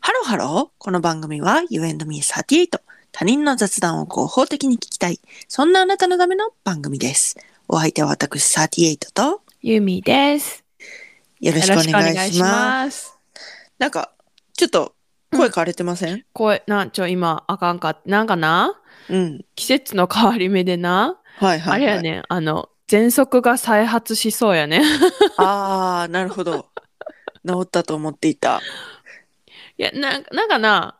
ハロー。この番組は You and me38。他人の雑談を合法的に聞きたい。そんなあなたのための番組です。お相手は私38とゆみです。よろしくお願いします。す。なんか、ちょっと声枯れてません声、なんちょ、今、あかんかっなんかな、うん。季節の変わり目でな、はいはい、はい。あれや。ね、あの、喘息が再発しそうやね。 あー、なるほど。治ったと思っていた。いや、なんかなんかな、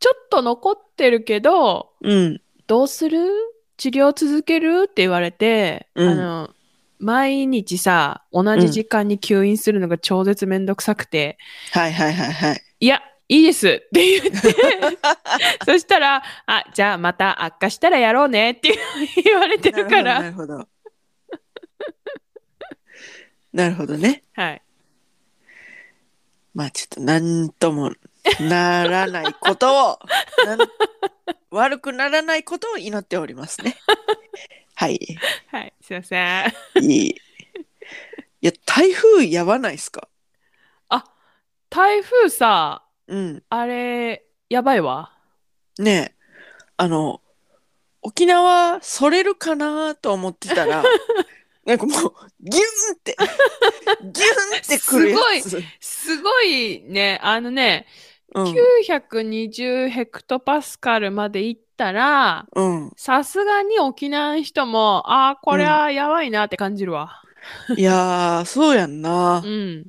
ちょっと残ってるけど、うん。どうする治療続けるって言われて、うんあの、毎日さ、同じ時間に吸引するのが超絶めんどくさくて、はいはいはい はい。いや、いいですっ て言って、そしたら、あ、じゃあまた悪化したらやろうねって言われてるから。なるほど。なるほどね。はい。まあちょっと何ともならないことをなん悪くならないことを祈っておりますね。はい。はい。すいません。いい。いや台風やばないですか。台風さ、うん。あれ、やばいわ。ねえあの沖縄それるかなと思ってたらなんかもうギュンってギュンってくるやつ。すごい。すごいね、あのね、うん。 920ヘクトパスカルまで行ったら、うん、さすがに沖縄の人も、ああ、これはやばいなって感じるわ。いやーそうやんなうん。。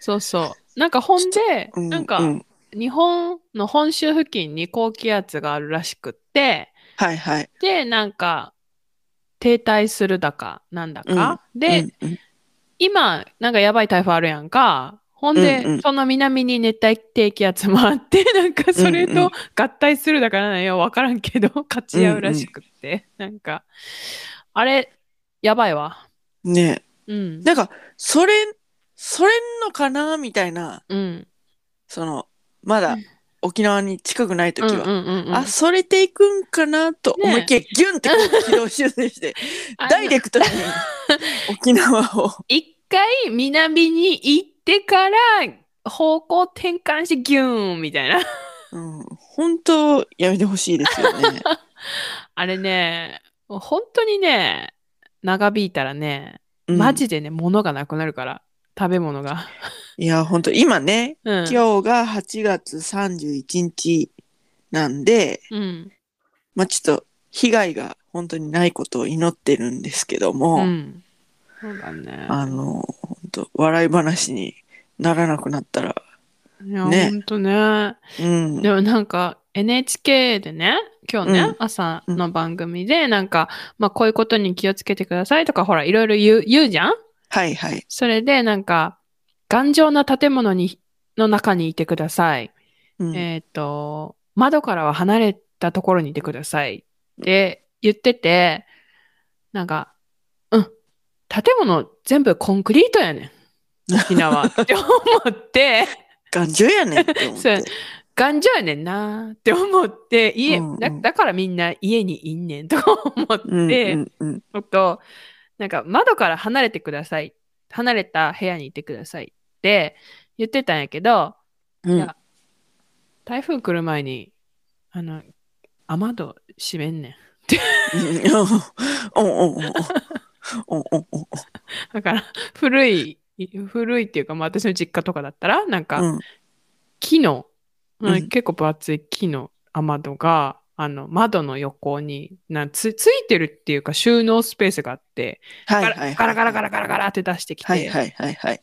そうそう。なんかほんで、うなんか、うん、日本の本州付近に高気圧があるらしくってはいはい。でなんか停滞するだかなんだか、で、うんうん今なんかやばい台風あるやんかほんで、うんうんその南に熱帯低気圧もあって なんかそれうんうんと合体するだからなんよ分からんけど 勝ち合うらしくって、なんかあれやばいわねえうんなんか、それ、それんのかなみたいな、うんその、まだうん沖縄に近くない時うんうんは。うんうんあ、それていくんかなとね思いっきりギュンってこう軌道修正して、 あのダイレ クトに沖縄を。一回南に行ってから方向転換してギューンみたいな。 うん、本当やめてほしいですよ ね。あれね、本当にね、長引いたらね、うんマジでね、物がなくなるから、食べ物が。いや、本当今ね、うん。今日が8月31日なんで、うん。まあちょっと被害が本当にないことを祈ってるんですけども、うん。そうだね。あの、本当笑い話にならなくなったら、いや、ねほんとね。うん。でもなんか NHK でね、今日ね、うん朝の番組で、なんか、まあこういうことに気をつけてくださいとか、ほら、いろいろ言う言うじゃんはいはい。それでなんか頑丈な建物にの中にいてください。うんえっ、と窓からは離れたところにいてくださいって言っててなんかうん建物全部コンクリートやねん沖 縄って思って頑丈やねんって思っそうて。頑丈やねんなって思って家、うんうんだだからみんな家にいんねんとか思って。うんうんうんあと、なんか窓から離れてください。離れた部屋にいてくださいって言ってたんやけど、うんいや台風来る前に、あの、雨戸閉めんねん。 うんうんうんうんうんうんうんだから、古い、古いっていうか、まあ私の実家とかだったら、なんか、うん木の、うんうん結構分厚い木の雨戸が、あの、窓の横になつ、ついてるっていうか、収納スペースがあって、はいガはいラはい。ガラガラガラガラガラって出してきて、はいはいはいはい。だか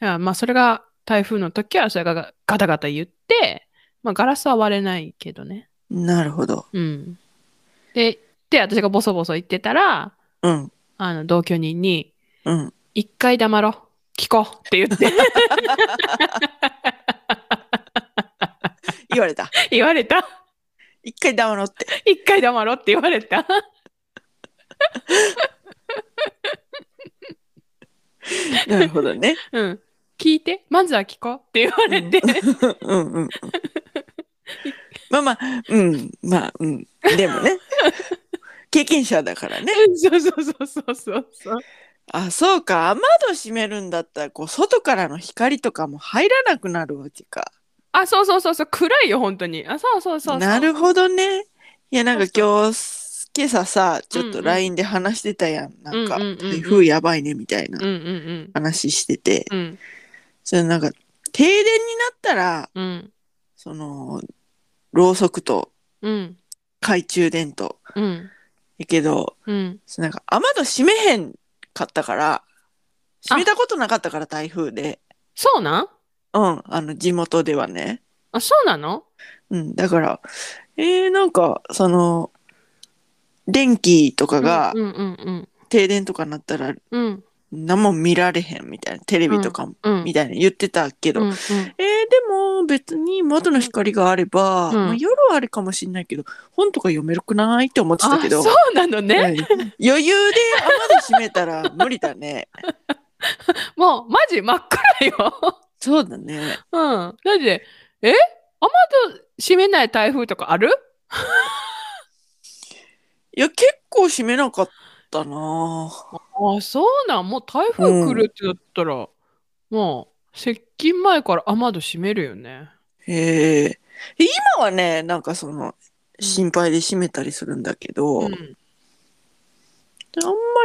らまあそれが台風の時はそれがガタガタ言って、まあ、ガラスは割れないけどね。なるほど。うん、でで私がボソボソ言ってたらうんあの同居人にうん。 「一回黙ろ聞こう」って言って 言われ た。言われた一回黙ろうって。 「一回黙ろ」って言われたなるほどね。うん聞いてまずは聞こうって言われて、 うんうんうん。まあまあ、うん、まあ、うん。でも ね、経験者だからね。そうそうそうそうそうそうあ、そうか。雨戸閉めるんだったら、こう、外からの光とかも入らなくなるわけか。あ、そうそうそうそう、暗いよ、本当に。あ、そうそうそうそう。なるほどね。いや、なんか今日、今朝さ、ちょっうんうとん LINE で話してたやん。なんか、うんうんうんうん台風やばいね、みたいなうんうん話してて。うん。うんそれなんか、停電になったら、うんその、ろうそくとうん懐中電灯。うんやけど、うん。そのなんか、雨戸閉めへんかったから、閉めたことなかったから、台風で。そうなんうん、あの、地元ではね。あ、そうなのうん、だから、えー、なんか、その、電気とかがうんうんうん停電とかなったら、うん何も見られへんみたいな、テレビとかも、うん。みたいな言ってたけど、うんえうんー、でも別に窓の光があれば、うんまあ、夜はあれかもしんないけど、本とか読めるくないって思ってたけど、あそうなのね。うん余裕で雨戸閉めたら無理だ ね。もう、マジ真っ暗よ。 そうだね。うん。だって、え雨戸閉めない台風とかあるいや、結構閉めなかったなあ、そうなん。もう台風来るってなったら、もう、接近前から雨戸閉めるよね。へえ。今はね、なんかその、うん心配で閉めたりするんだけど、うあんん。ま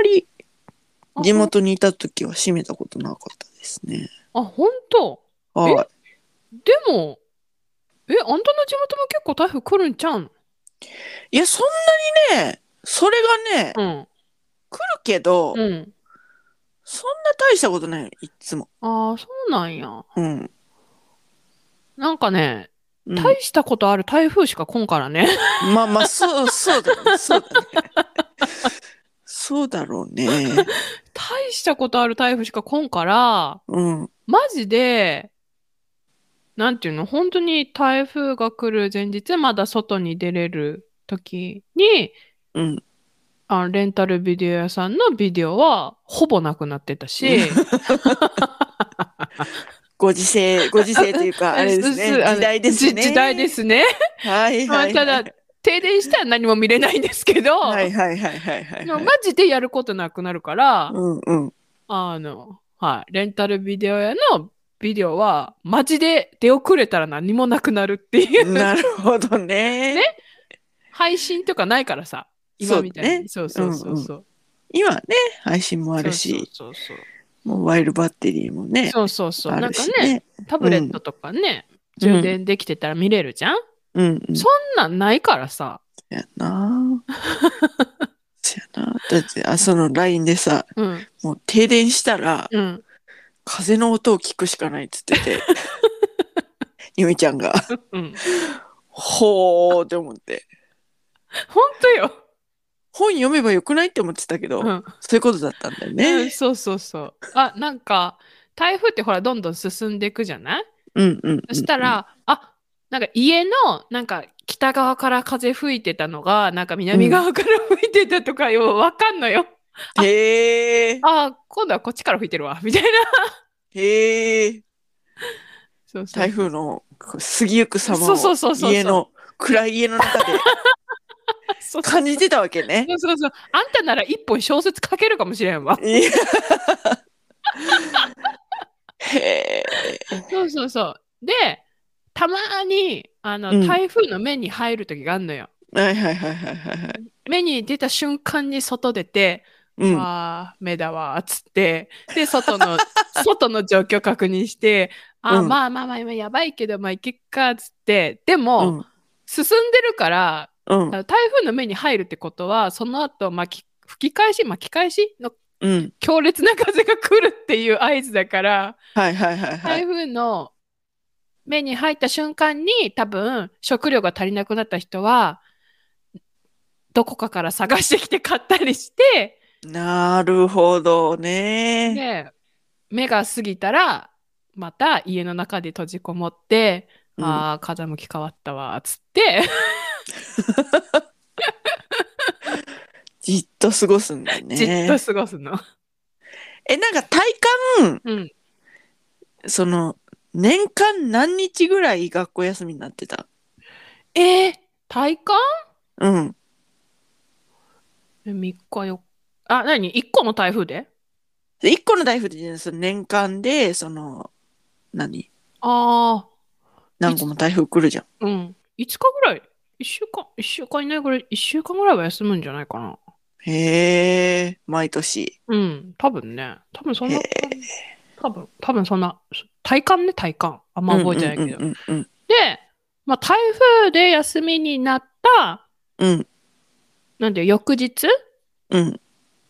りあ地元にいた時は閉めたことなかったですね。あ、本当。はい。でも、え、あんたの地元も結構台風来るんちゃうのいや、そんなにね、それがね、来るうん。けど、うん。そんな大したことないよ、いっつも。ああ、そうなんや。うん。なんかね、うん大したことある台風しか来んからね。 まあまあ、そう、そうだね、そうだね。そうだろうね。大したことある台風しか来んから、うん。マジで、なんていうの、本当に台風が来る前日、まだ外に出れる時に、うん。あレンタルビデオ屋さんのビデオはほぼなくなってたし、ご時世、ご時世というか、 あれですね。 うっすあの時代ですね。じ時代で。すね。はいはい、はい。まあただ停電したら何も見れないんですけど、はいはいはいはいはいでもはいマ。ジでやることなくなるから、うんうん。あの、はい、レンタルビデオ屋のビデオは、マジで出遅れたら何もなくなるっていう、なるほどね。ね配信とかないからさ、今みたいに。そうそうそうそう。今ね、配信もあるし、そうそうモバイルバッテリーもね、そうそうそうそう。あなんるかしね、ね。タブレットとかね、うん充電できてたら見れるじゃん、うんうん。そそんなんないからさ。うやな。そうやな。だって、あ、その LINE でさ、うん。もう停電したら、うん。風の音を聞くしかないっつって て、ゆみちゃんが、うん。ほーって思って。ほんとよ。本読めばよくないって思ってたけど、うん。そういうことだったんだようんね。そうそうそう。あ、なんか、台風ってほら、どんどん進んでいくじゃないうんうんうん。そした、ら、あなんか家のなんか北側から風吹いてたのがなんか南側から吹いてたとかよ、わかんのよ。へー。あ今度はこっちから吹いてるわみたいな。へー。 そうそう台風のこう過ぎゆく様そうそうそうそうそをう家の暗い家の 中でそうそう感じてたわけねそ。うそうそうあんたなら一本小説書けるかもしれんわ。いやへそうそうそう。でたまにあの、うん台風の目に入る時があるのよ。え。はいはいはいはいはいはい。目に出た瞬間に外出て、うん。あー目だわーっつってで 外の外の状況確認してあー、うんまあまあまあ今やばいけどまあいけっかっつってでも、進んでるからうんあの台風の目に入るってことはその後巻き吹き返し巻き返しのうん。強烈な風が来るっていう合図だから、はいはいはいはい。台風の目に入った瞬間に多分食料が足りなくなった人はどこかから探してきて買ったりして。なるほどね。で目が過ぎたらまた家の中で閉じこもって、うんああ風向き変わったわっつってじっと過ごすんだじっねと。過ごすの。え、なんか体感、うん、その、年間何日ぐらい学校休みになってたえー、体感うん。 ?3 日4日あ何1個の台風でで、一個の台風で、その年間で、その、何ああ何個も台風来るじゃん。うん。5日ぐらい、1週間、1週間いないぐらい、1週間ぐらいは休むんじゃないかな。へえ、毎年。うん、多分ね。多分そんへなえ、多分、多分そんな、体感ね、体感。あんま覚えてないけど。うんうんうんで、まあ、台風で休みになった、うんなんていう翌日うんうん。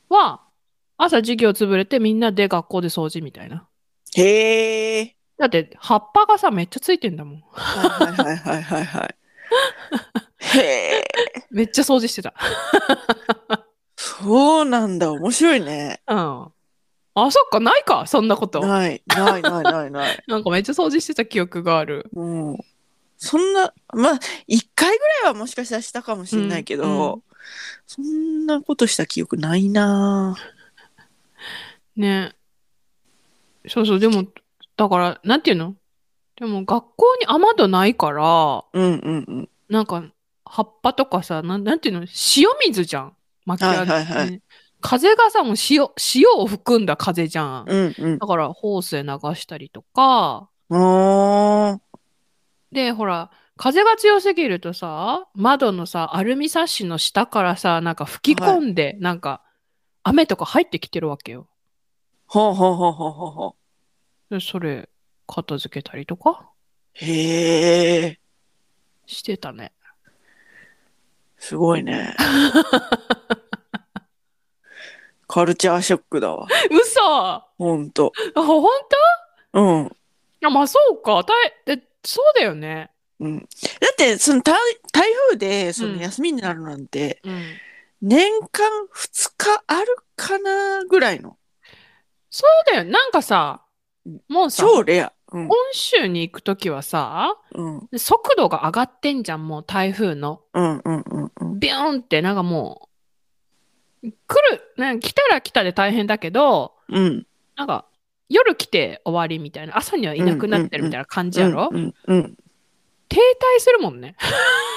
は、朝授業潰れてみんなで学校で掃除みたいな。へえ。だって、葉っぱがさ、めっちゃついてんだもん。はいはいはいはいはい。へえ。めっちゃ掃除してた。そうなんだ。面白いね。うん。あ、そっか、ないか、そんなこと。なない、ない、ない、ない、ない。んかめっちゃ掃除してた記憶がある。もう、そんな、まあ、一回ぐらいはもしかしたらしたかもしれないけど、うんそんなことした記憶ないなね。そうそう、でも、だから、なんていうのでも、学校に雨戸ないから、ぁうんうんうん。なんか、葉っぱとかさ、なんなんていうの塩水じゃん。巻き上げて、はいはいは風がさ、もう塩、塩を含んだ風じゃん。うんうん。だから、ホースで流したりとか、あで、ほら、風が強すぎるとさ、窓のさ、アルミサッシの下からさ、なんか吹き込んで、なんか、雨とか入ってきてるわけよ。ー。ほうほうほうほうほうほでそれ、片付けたりとかう。へえ。して たね。すごい ね。カルチャーショックだわ。嘘あ、ほんと。ほんとうん。あ、まあ、そうか。たいでそうだよね。うん、だってその台台風でそのうん休みになるなんて、うん。年間2日あるかなぐらいのそうだよ。なんかさ、もうさ、超レア。うん本州に行くときはさ、うん速度が上がってんじゃん、もう台風の。うんうんうんうんビューンって、なんかもう、来る、なんか来たら来たで大変だけど、うんなんか、夜来て終わりみたいな、朝にはいなくなってるみたいな感じやろ、うんうんうん停滞するもんね。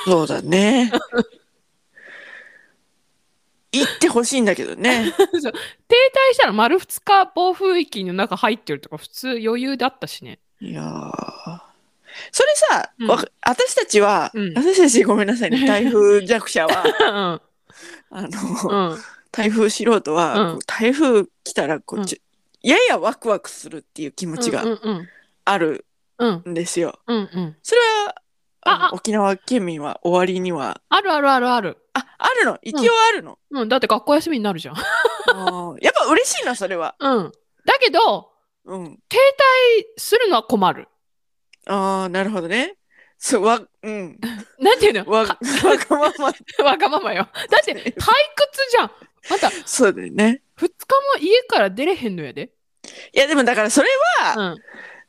そうだ ね行ってほしいんだけどね停滞したら丸2日暴風域の中入ってるとか、普通余裕だったしね。いやーそれさ、うんわか私たちは、うん私たちごめんなさいね台風弱者はうん。あの、うん。台風素人は、うんこう台風来たらこうちょややワクワクするっていう気持ちうんがうんあるうん。んですよ。うんうん。それはあのああ沖縄県民は終わりにはあるあるあるある。ああるの一応あるの、うん。だって学校休みになるじゃん。あーやっぱ嬉しいなそれは。うん。だけど、うん、するのは困る。ああなるほどね。そうわうんなんていうのわわわがま まがままよ。だって退屈じゃん。あんた、2そうだよね。日も家から出れへんのやで。いやでもだからそれは、うん。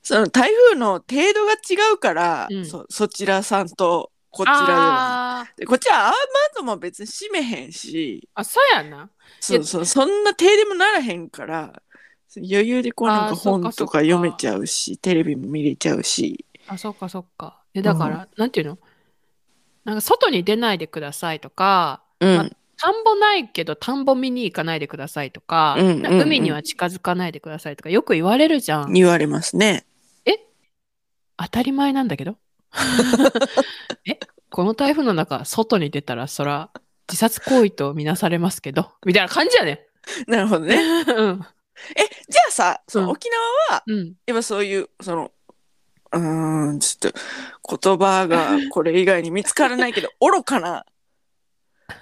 その台風の程度が違うから、うんそそちらさんとこちらでは。あーでこっちは雨窓も別に閉めへんし。あ、そうやな。そうそう、そんな停電もならへんから、余裕でこうあーなんかそっ本かとそかっか読めちゃうし、テレビも見れちゃうし。あ、そっかそっか。で、だから、なんていうのなんか外に出ないでくださいとか、うんま田んぼないけど田んぼ見に行かないでくださいとか、うんうんうん海には近づかないでくださいとかよく言われるじゃん。言われますね。当たり前なんだ けど。えこの台風の中、外に出たらそら自殺行為とみなされますけど、みたいな感じやね。なるほどね。うん。え、じゃあさ、そのうん沖縄、うん。やっぱそういう、その、うーん、ちょっと言葉がこれ以外に見つからないけど、 愚かな、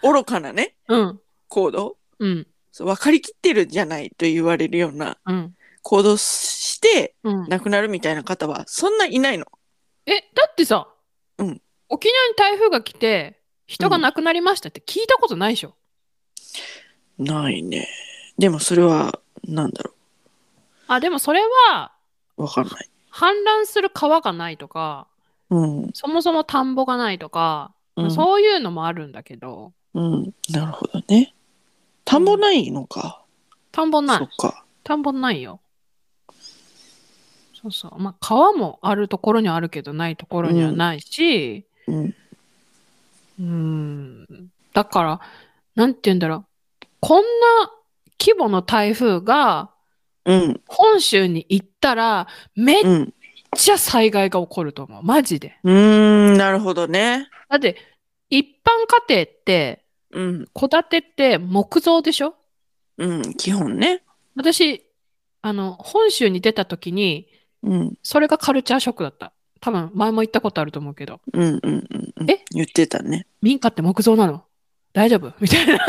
愚かなね、うん。行動うん。そう分かりきってるじゃないと言われるようなうん。行動してうん、亡くなるみたいな方はそんないないの。え、だってさ、うん沖縄に台風が来て、人が亡くなりましたって聞いたことないでしょ。ないね。でもそれは、なんだろあ、でもそれは、う。わかんない。氾濫する川がないとか、うん。そもそも田んぼがないとか、うんそういうのもあるんだけど、うん。なるほどね。田んぼないのか。田んぼなそいっ。か。田んぼないよ。そうそう。まあ、川もあるところにはあるけど、ないところにはないし、うん。うーん。だから、なんて言うんだろう。こんな規模の台風がうん。本州に行ったら、めっうん。ちゃ災害が起こると思う。マジで。うーん、なるほどね。だって、一般家庭って、うん、戸建てって木造でしょうん、基本ね。私、あの、本州に出た時に、うん、それがカルチャーショックだった。多分、前も言ったことあると思うけど、うん、うん、うんうん。え言ってたね。民家って木造なの大 丈夫みたいな。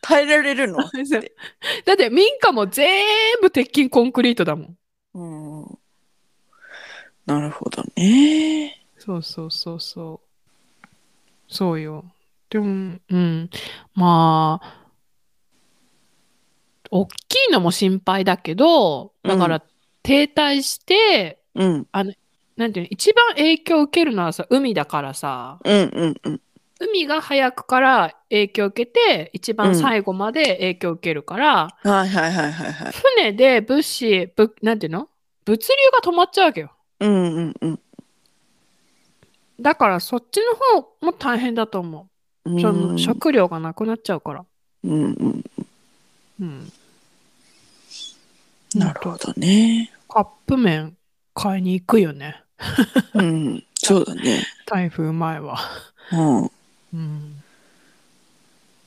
耐えられるのだって民家も全部鉄筋コンクリートだもん。うん。なるほどね。そうそうそうそう。そうよ。でも、うん。まあ、大きいのも心配だけど、だから停滞して、うん、なんていうの、一番影響を受けるのはさ、海だからさ、うん、うん、うん。海が早くから影響を受けて、一番最後まで影響を受けるから、はいはいはいはいはい。船で物資、ぶなんていうの物流が止まっちゃうわけよ。うん、うん、うん。だからそっちの方も大変だと思う。その食料がなくなっちゃうから。うん、うん。うん。なるほどね。カップ麺買いに行くよね。うん、そうだね。台風前は。うん。うん。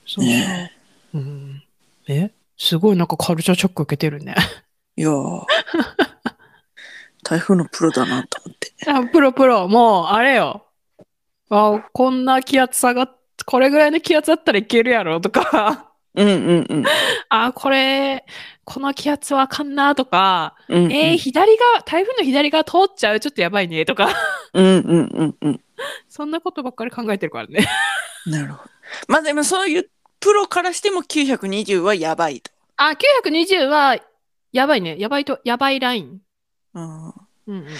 そうそうね。うん、えすごいなんかカルチャーショック受けてるね。 いや ー台風のプロだなと思って。あプロプロ、もうあれよ。あこんな気圧下がっこれぐらいの気圧だったらいけるやろとか、うんうんうん。あこれ、この気圧はあかんなとか、うんうん、えー左側、台風の左側通っちゃう、ちょっとやばいねとか、 うんうんうんうん。そんなことばっかり考えてるからね。なるほど。まあでもそういうプロからしても920はやばいと。 あ、920は、やばいね。やばいと、やばいライン。うん、いうんうんうん。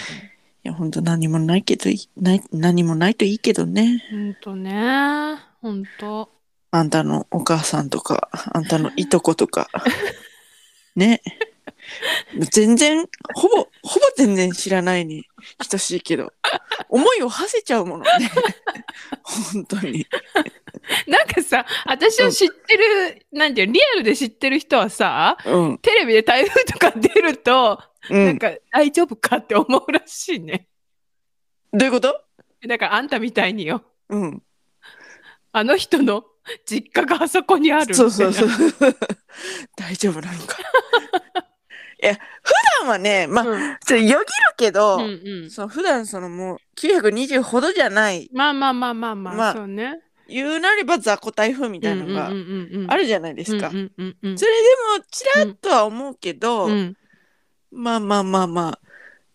や本当何もないけどいいない何もないといいけどね。ほんとね。ほんと。あんたのお母さんとかあんたのいとこと かね。全然ほぼほぼ全然知らないに等しいけど思いを馳せちゃうもの ね本当に なんかさ、私を知ってる、なんていうの、リアルで知ってる人はさ、うんテレビで台風とか出ると、うんなんか大丈夫かって思うらしいね。どういうことだからあんたみたいによ。うん。あの人の実家があそこにある。そうそうそうみ。 大丈夫なのか。 いや、普段はね、またあ、いちょっな。とよぎるけど、うん。うんうん。その普段そのもう920ほどじゃない、まあまあまあまあまあ、まあそうね。言うなれば雑魚台風みみたいなのがあるるじゃないでですか。うんうんうんうんそれでも、ちらっとは思うけど、うんまあまあまあまあ、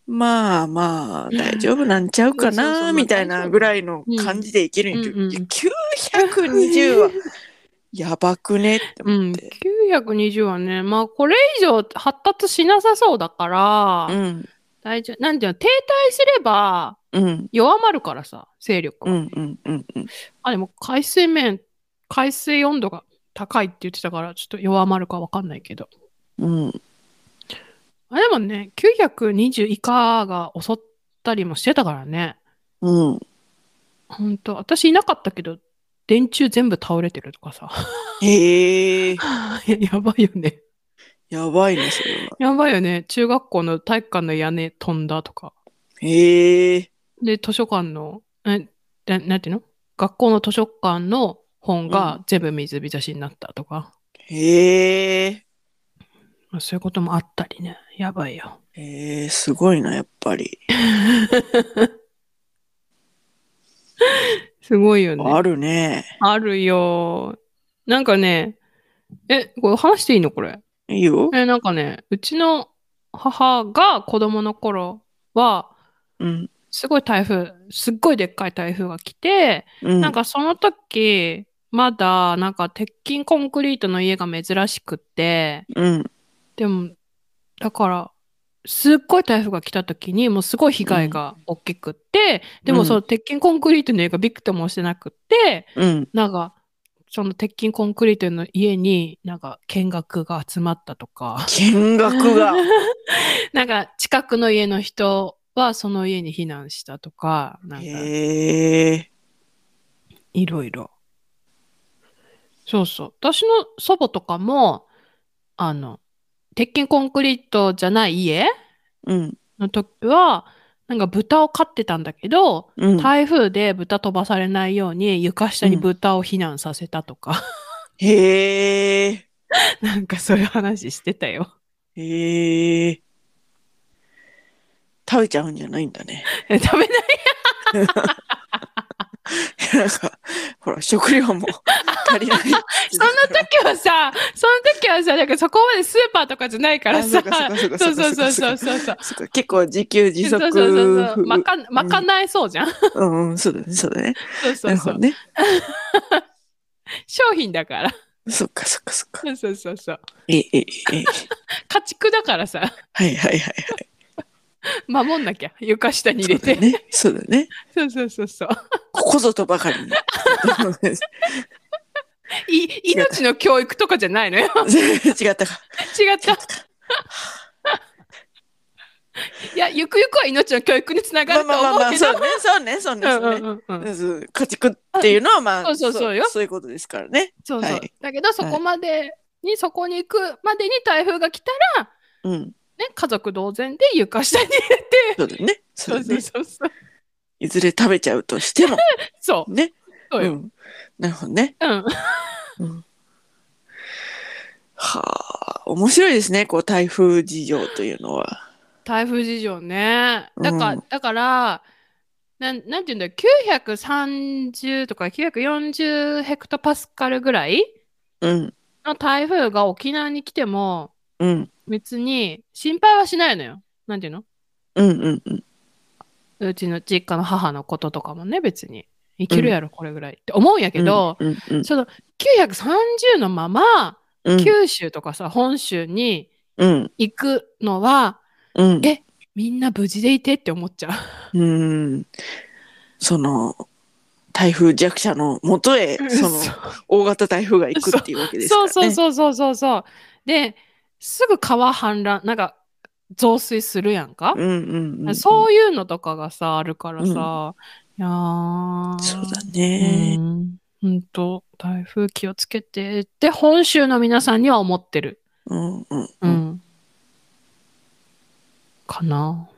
まあまあ、大丈夫なんちゃうかうんそうそうまな、あみたいなぐらいの感じでいけるんやけど、うんうんいや920はやばくねってう思ん、って。 920はね、まあこれ以上発達しなさそうだから、うん、大丈夫。なんていうの、停滞すればうん、弱まるからさ、勢力うは。んうんうんうん。あ、でも海水面、海水温度が高いって言ってたから、ちょっと弱まるかわかんないけど。うん。あ、でもね、920以下が襲ったりもしてたからね。うん。ほんと、私いなかったけど、電柱全部倒れてるとかさ。へえ、い ややばいよね。やばいね、それは。やばいよね。中学校の体育館の屋根飛んだとか。へえ、で、図書館の、え、ななんていうの学校の図書館の本うが全部水浸しになったとか、へえ、まあそういうこともあったりね。やばいよ。へえ、すごいな、やっぱり。すごいよね。あるね。あるよ。なんかね、え、これ話していいのこれ。いいよ。え、なんかね、うちの母が子供の頃は、うん。すごい台風、すっごいでっかい台風が来て、うん。なん、かその時、まだなんか鉄筋コンクリートの家が珍しくって、うん。でも、だから、すっごい台風が来た時にもうすごい被害が大きくって、でうもんその鉄筋コンクリートの家がびくともしてなくって、うん。なんか、その鉄筋コンクリートの家になんか見学が集まった とか、見学が。なんか近くの家の人はその家に避難したとか、なんかへえ。いろいろ。そうそう。私の祖母とかも、あの、鉄筋コンクリートじゃない家うん。の時は、なんか豚を飼ってたんだけど、うん。台風で豚飛ばされないように床下に豚を避難させたとか、 へえ。なんかそういう話してたよ。 へえ。食べちゃうんじゃないんだね。え食べないなんか、ほら、食料も足りない。その時はさ、その時はさ、なんかそこまでスーパーとかじゃないからさ、あそうかそそううそうかそうそそうかうそうそう。そっか結構自給自そう足。そうそうそう。まかん、まかないそうじゃん。うんうん、そうだね、そうだね。そうなそうるそほど。うね。商品だから。そっかそっかそっか。そうそうそうそう。ええええ。家畜だからさ、 はいはいはい。守んなきゃ。床下に入れて。そうだね。そうだね。そうそうそうそう。ここぞとばかりに。 い、命の教育とかじゃないのよ。違 ったか。違った。いや、ゆくゆくは命の教育につながまあるとまあまあま思うあ、けそどうね、そうね、そうね、うそんううんね。うんうん。うん家畜っていうのはまあ、そうそうそうよそういうことですからね。そうそう。はいだけど、そこまでに、そこに行くまでに台風が来たら、 うん。ね、家族同然で床下に入れて、そうだね。そそううだそうね。そうそう。いずれ食べちゃうとしても、そう、ね。そううよ。ん。なるほどね。うん。うんはあ、面白いですね。こう、台風事情というのは。台風事情ね。だから、うんだから、なん、なんていうんだろう、930とか940ヘクトパスカルぐらいうん。の台風が沖縄に来ても、うん。別に心配はしないのよ。なんていうのうんうんうん。うちの実家の母のこととかもね、別に。いけるやろ、これぐらいって思うんやけど、うんうんその930のまま、うん。九州とかさ、本州にうん。行くのは、うん。えみんな無事でいてって思っちゃう。うーんその台風弱者のもとへ その大型台風が行くっていうわけですからそうね。そうそうそうそうそう。で、すぐ川氾濫、なんか増水するやんか。うんうんうん、そういうのとかがさ、あるからさ。いやーそうだね。ね。うんほんと、台風気をつけてって、本州の皆さんには思ってる。うんうんう。うんん。か な。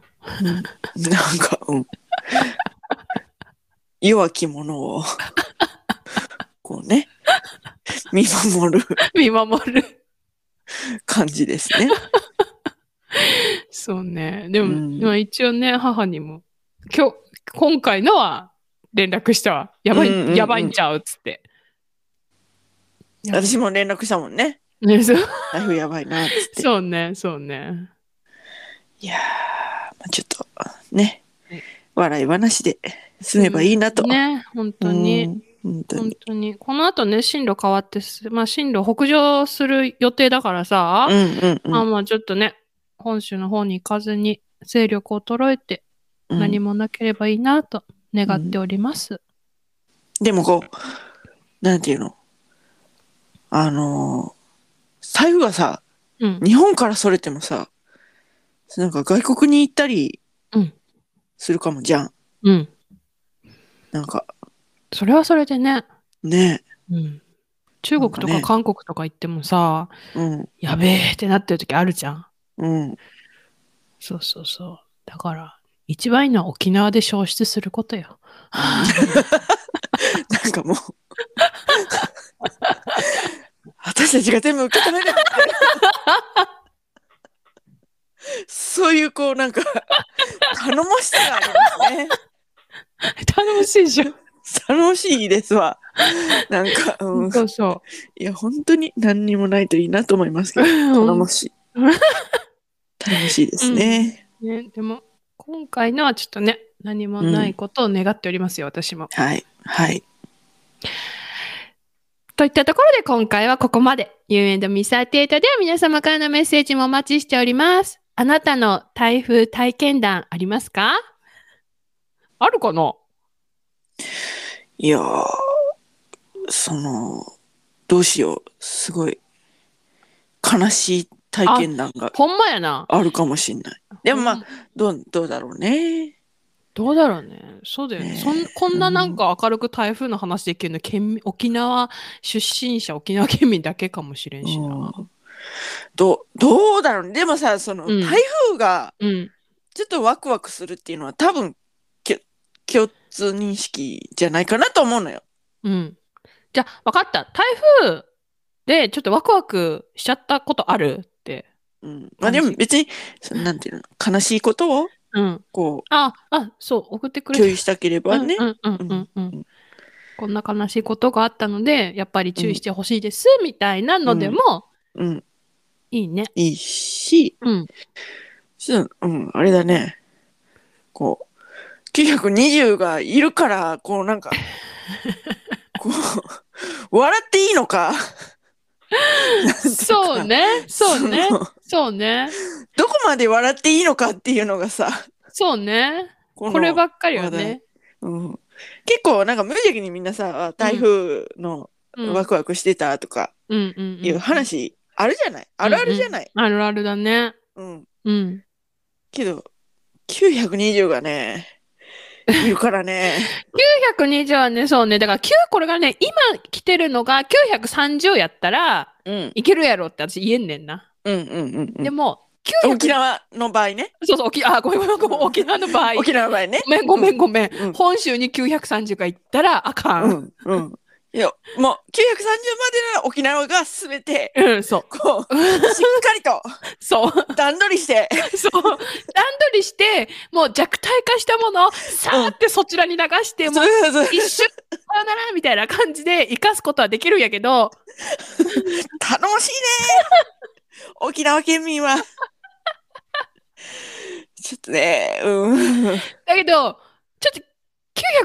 なんか、うん、弱き者をこうね見守る見守る。感じですね。そうね。でも、うんまあ一応ね、母にも、今日、今回のは連絡したわ。やばい、うんうんうんやばいんちゃうっつって。私も連絡したもんね。ね、そう台風やばいなっつって。そうね、そうね。いやー、まあ、ちょっとねはい笑い話で済めばいいなと。ね、本当に。うん。本当本に。当に。この後ね、進路変わってす、まあ、進路北上する予定だからさ、うんうんまうあんまあ、ちょっとね、本州の方に行かずに、勢力衰えて、うん。何もなければいいなと願っております。でもこう、なんていうのあのー財布がさ、うん。日本からそれてもさ、なんか外国に行ったりうんするかもじゃん。うん。なんか、それはそれでね、ねうん。中国となんかかね韓国とか行ってもさ、うん、やべえってなってる時あるじゃん。うん。そうそうそう。だから、一番いいのは沖縄で消失すること よ。なんかもう、 私たちが全部受け止めなくて。そういうこうなんか頼もしさがありますね。楽しいでしょ。楽しいですわ。なんか、うん、そうそいや、本当に何にもないといいなと思いますけうど、。頼うもんしいうん。楽しいですね。ね、でも、今回のはちょっとね、何もないことを願っておりますよ、私も。はい。はい。といったところで今回はここまで。You&Me38 では皆様からのメッセージもお待ちしております。あなたの台風体験談ありますかあるかないやーその、どうしよう。すごい、悲しい体験談がほんまやな。あるかもしれない。でもまほんあ、どう、どうだろうね。どうだろうね。そうだよね。ねえそんこんななんか明るく台風の話できるの、県民沖縄出身者、沖縄県民だけかもしれんしな。うんどう、どうだろうね。でもさ、その、うん台風がうん。ちょっとワクワクするっていうのは多分き共通認識じゃないかなと思うのよ。うん。じゃあ、わかった。台風でちょっとワクワクしちゃったことあるって。うん、まあでも別にそのなんていうの悲しいことをうん。こあ、あ、そう、送ってくうれ共て有したければね、うんうんうんうんうん。こんな悲しいことがあったので、やっぱり注意してほしいです、みたいなのでも、うんいいね。いいし、うん。ちょっとうん、あれだねこう920がいるからこうなん かこう笑っていいのかなんていか そうね。そうねそ。のそうね。どこまで笑っていいのかっていうのがさそうね。このこればっかりは話題ね。うん、結構なんか無邪気にみんなさ台風のうん。ワクワクしてたとかうんうんいう話あるじゃない、あるあるじゃない、うん。あるあるだね。うん、うん。けど920がねいるから ね920はね、そうね。だから9、これがね、今来てるのが930やったらうんいけるやろって私言えんねんな。うんうんうんうでんも、沖縄の場合ねそうそう、沖あ、ごめんごめんごめん、沖縄の場合。沖縄の場合ねごめんごめんごめん。うん本州に930が行ったらあか。うんんうんいやもう930までなら沖縄が全てうん、そう。こ うしっかそう。 りと段取りしてそう。段取りして、もう弱体化したものをさーってそちらに流して、もうそうそう一瞬、さよならみたいな感じで生かすことはできるんやけど、楽しいね沖縄県民はちょっとねうだけど、ちょっと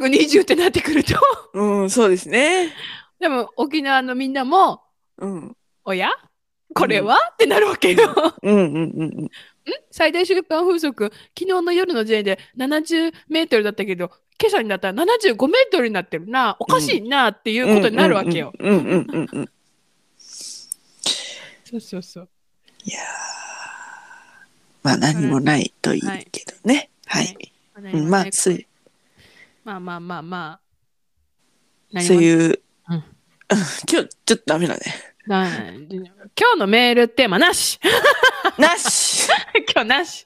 920ってなってくると、ん、うん、そうですねでも沖縄のみんなも、うんおやこれは、ってなるわけよ。うんうんうん最大瞬間風速、昨日の夜の時点で70メートルだったけど、今朝になったら75メートルになってるな、おかしいなっていううんことになるわけよ。うんうんうんうんうんそうそうそう。いやーまあ何もないといいけどねはい、うんまあそういうまあまあまあまあ。そうう。いう、うんうん 今日ちょっとダメだね な今日のメールテーマなし なし今日なし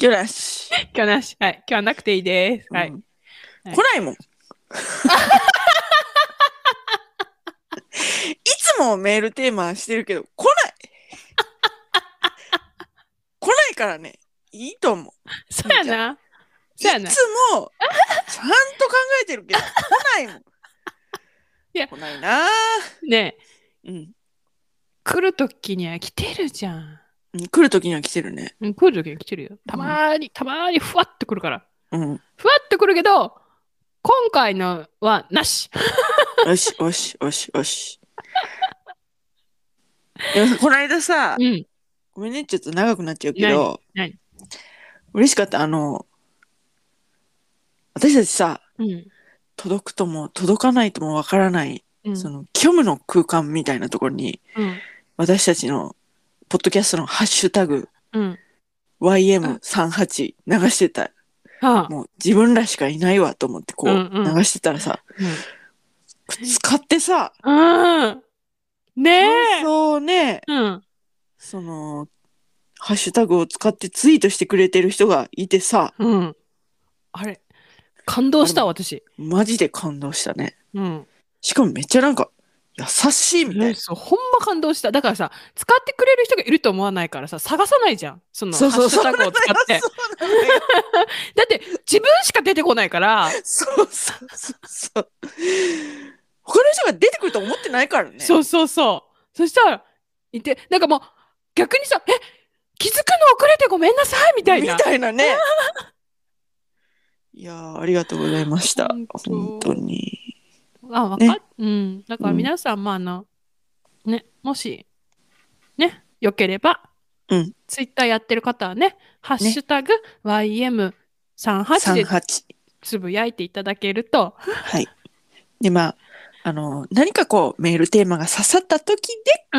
今日なし、今日なしはい。今日はなくていいです。はい。うんはい来 ないもんいつもメールテーマしてるけど来ない 来ないからねいいと思うそうやな。いそつうやな。もちゃんと考えてるけど来ないもんいや来ないなあねえうん来るときには来てるじゃん。来る時には来てるねうん来るときには来てるよ。たまーに、たまーにふわっと来るから。うんふわっとくるけど、今回のはなし。よしよしよしよしでもさこの間さ、うん。ごめんね、ちょっと長くなっちゃうけど、何何嬉しかった。あの、私たちさ、うん。届くとも届かないともわからない、うん。その虚無の空間みたいなところに、うん。私たちの、ポッドキャストのハッシュタグ、うん。 YM38 流してた。はあ。もう自分らしかいないわと思ってこう、うんうん流してたらさ、使ってさ、うん。うん、ねえ。そうね、うん。その、ハッシュタグを使ってツイートしてくれてる人がいてさ、うん。あれ、感動したあわ私。マジで感動したね。うん。しかもめっちゃなんか優しいみたいな。そう、ほんま感動した。だからさ、使ってくれる人がいると思わないからさ、探さないじゃん。そのハそうそッうシュタグを使って。そうなのよだって、自分しか出てこないから、そうそうそうそう。他の人が出てくると思ってないからね。そうそうそう。そしたら、いて、なんかもう、逆にさ、え気づくの遅れてごめんなさいみたいな。みたいなね。いやーありがとうございました。本当本当に。あ、わかっ、ねうん。だから皆さん、まあ、あの、ね、もし、ね、よければ、うんツイッターやってる方はね、ハッシュタグ、YM38 三で八つぶやいていただけると、はい。でまああの何かこうメールテーマが刺さった時う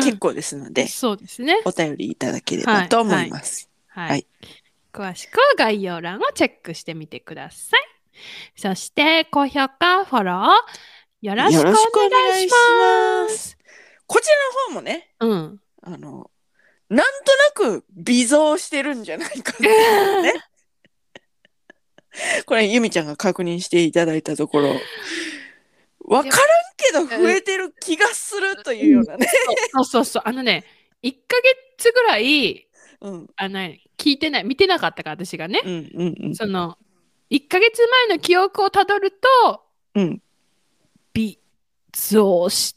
でん結構ですので、そうですね。お便りいただければと思います。はい。はい詳しくは概要欄をチェックしてみてください。そして、高評価、フォロー、よろしくおよ願いしま。ろしくお願いしますこちらの方もね うん。あ の、なんとなく微増してるんじゃないかな、ね。これゆみちゃんが確認していただいたところわからんけど増えてる気がするというようなね、そうそうそう。あのね、1ヶ月ぐらい、うん、うんあの、聞いてない、見てなかったから、私がね。うんうんその、1ヶ月前の記憶をたどると、うん微増し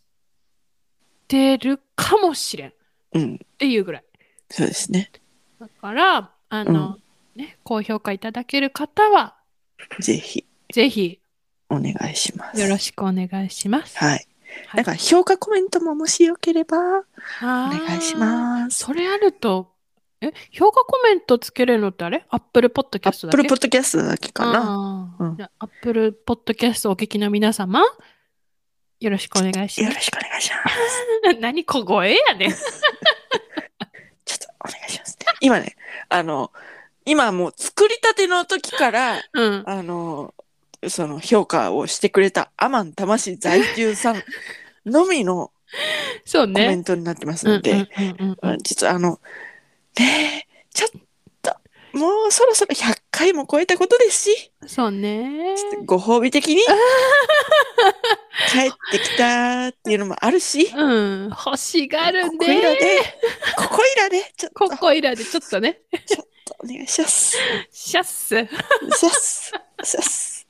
てるかもしれんっうんていうぐらい。そうですねだから、あの、ね、高評価いただける方は、ぜひぜひお願いしますよろしくお願いします。はいはいだから評価コメントももしよければおお願いしますそれあると、え、評価コメントつけれるのってあれアップルポッドキアャストップだけルポッドキャストだけかななうんアップルポッドキャストお聞きの皆様、よろしくお願いしよまろす。しくお願いします 何小声やねん。ちょっとお願いします今ねあの今もう作りたての時から うん。あの、その評価をしてくれたアマン魂在住さんのみのそうコメね。ントになってますうんうのんで、うんあ実はあの、ねえ、ちょっと、もうそろそろ100回も超えたことですし、うんそうね。ちょっとご褒美的 に、帰ってきたっていうのもあるし、こうん。欲しがるんこいらでで。、ここいらで、ちょっことこいらでちょっとね。お願いします。シャッス。シャッス、シャッス。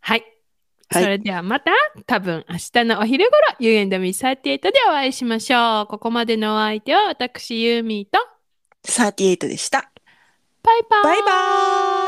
はい。はいそれではまた、多分明日のお昼頃、You and Me38 でお会いしましょう。ここまでのお相手は私、ユーミーと、 38でした。バイバーイバイバーイ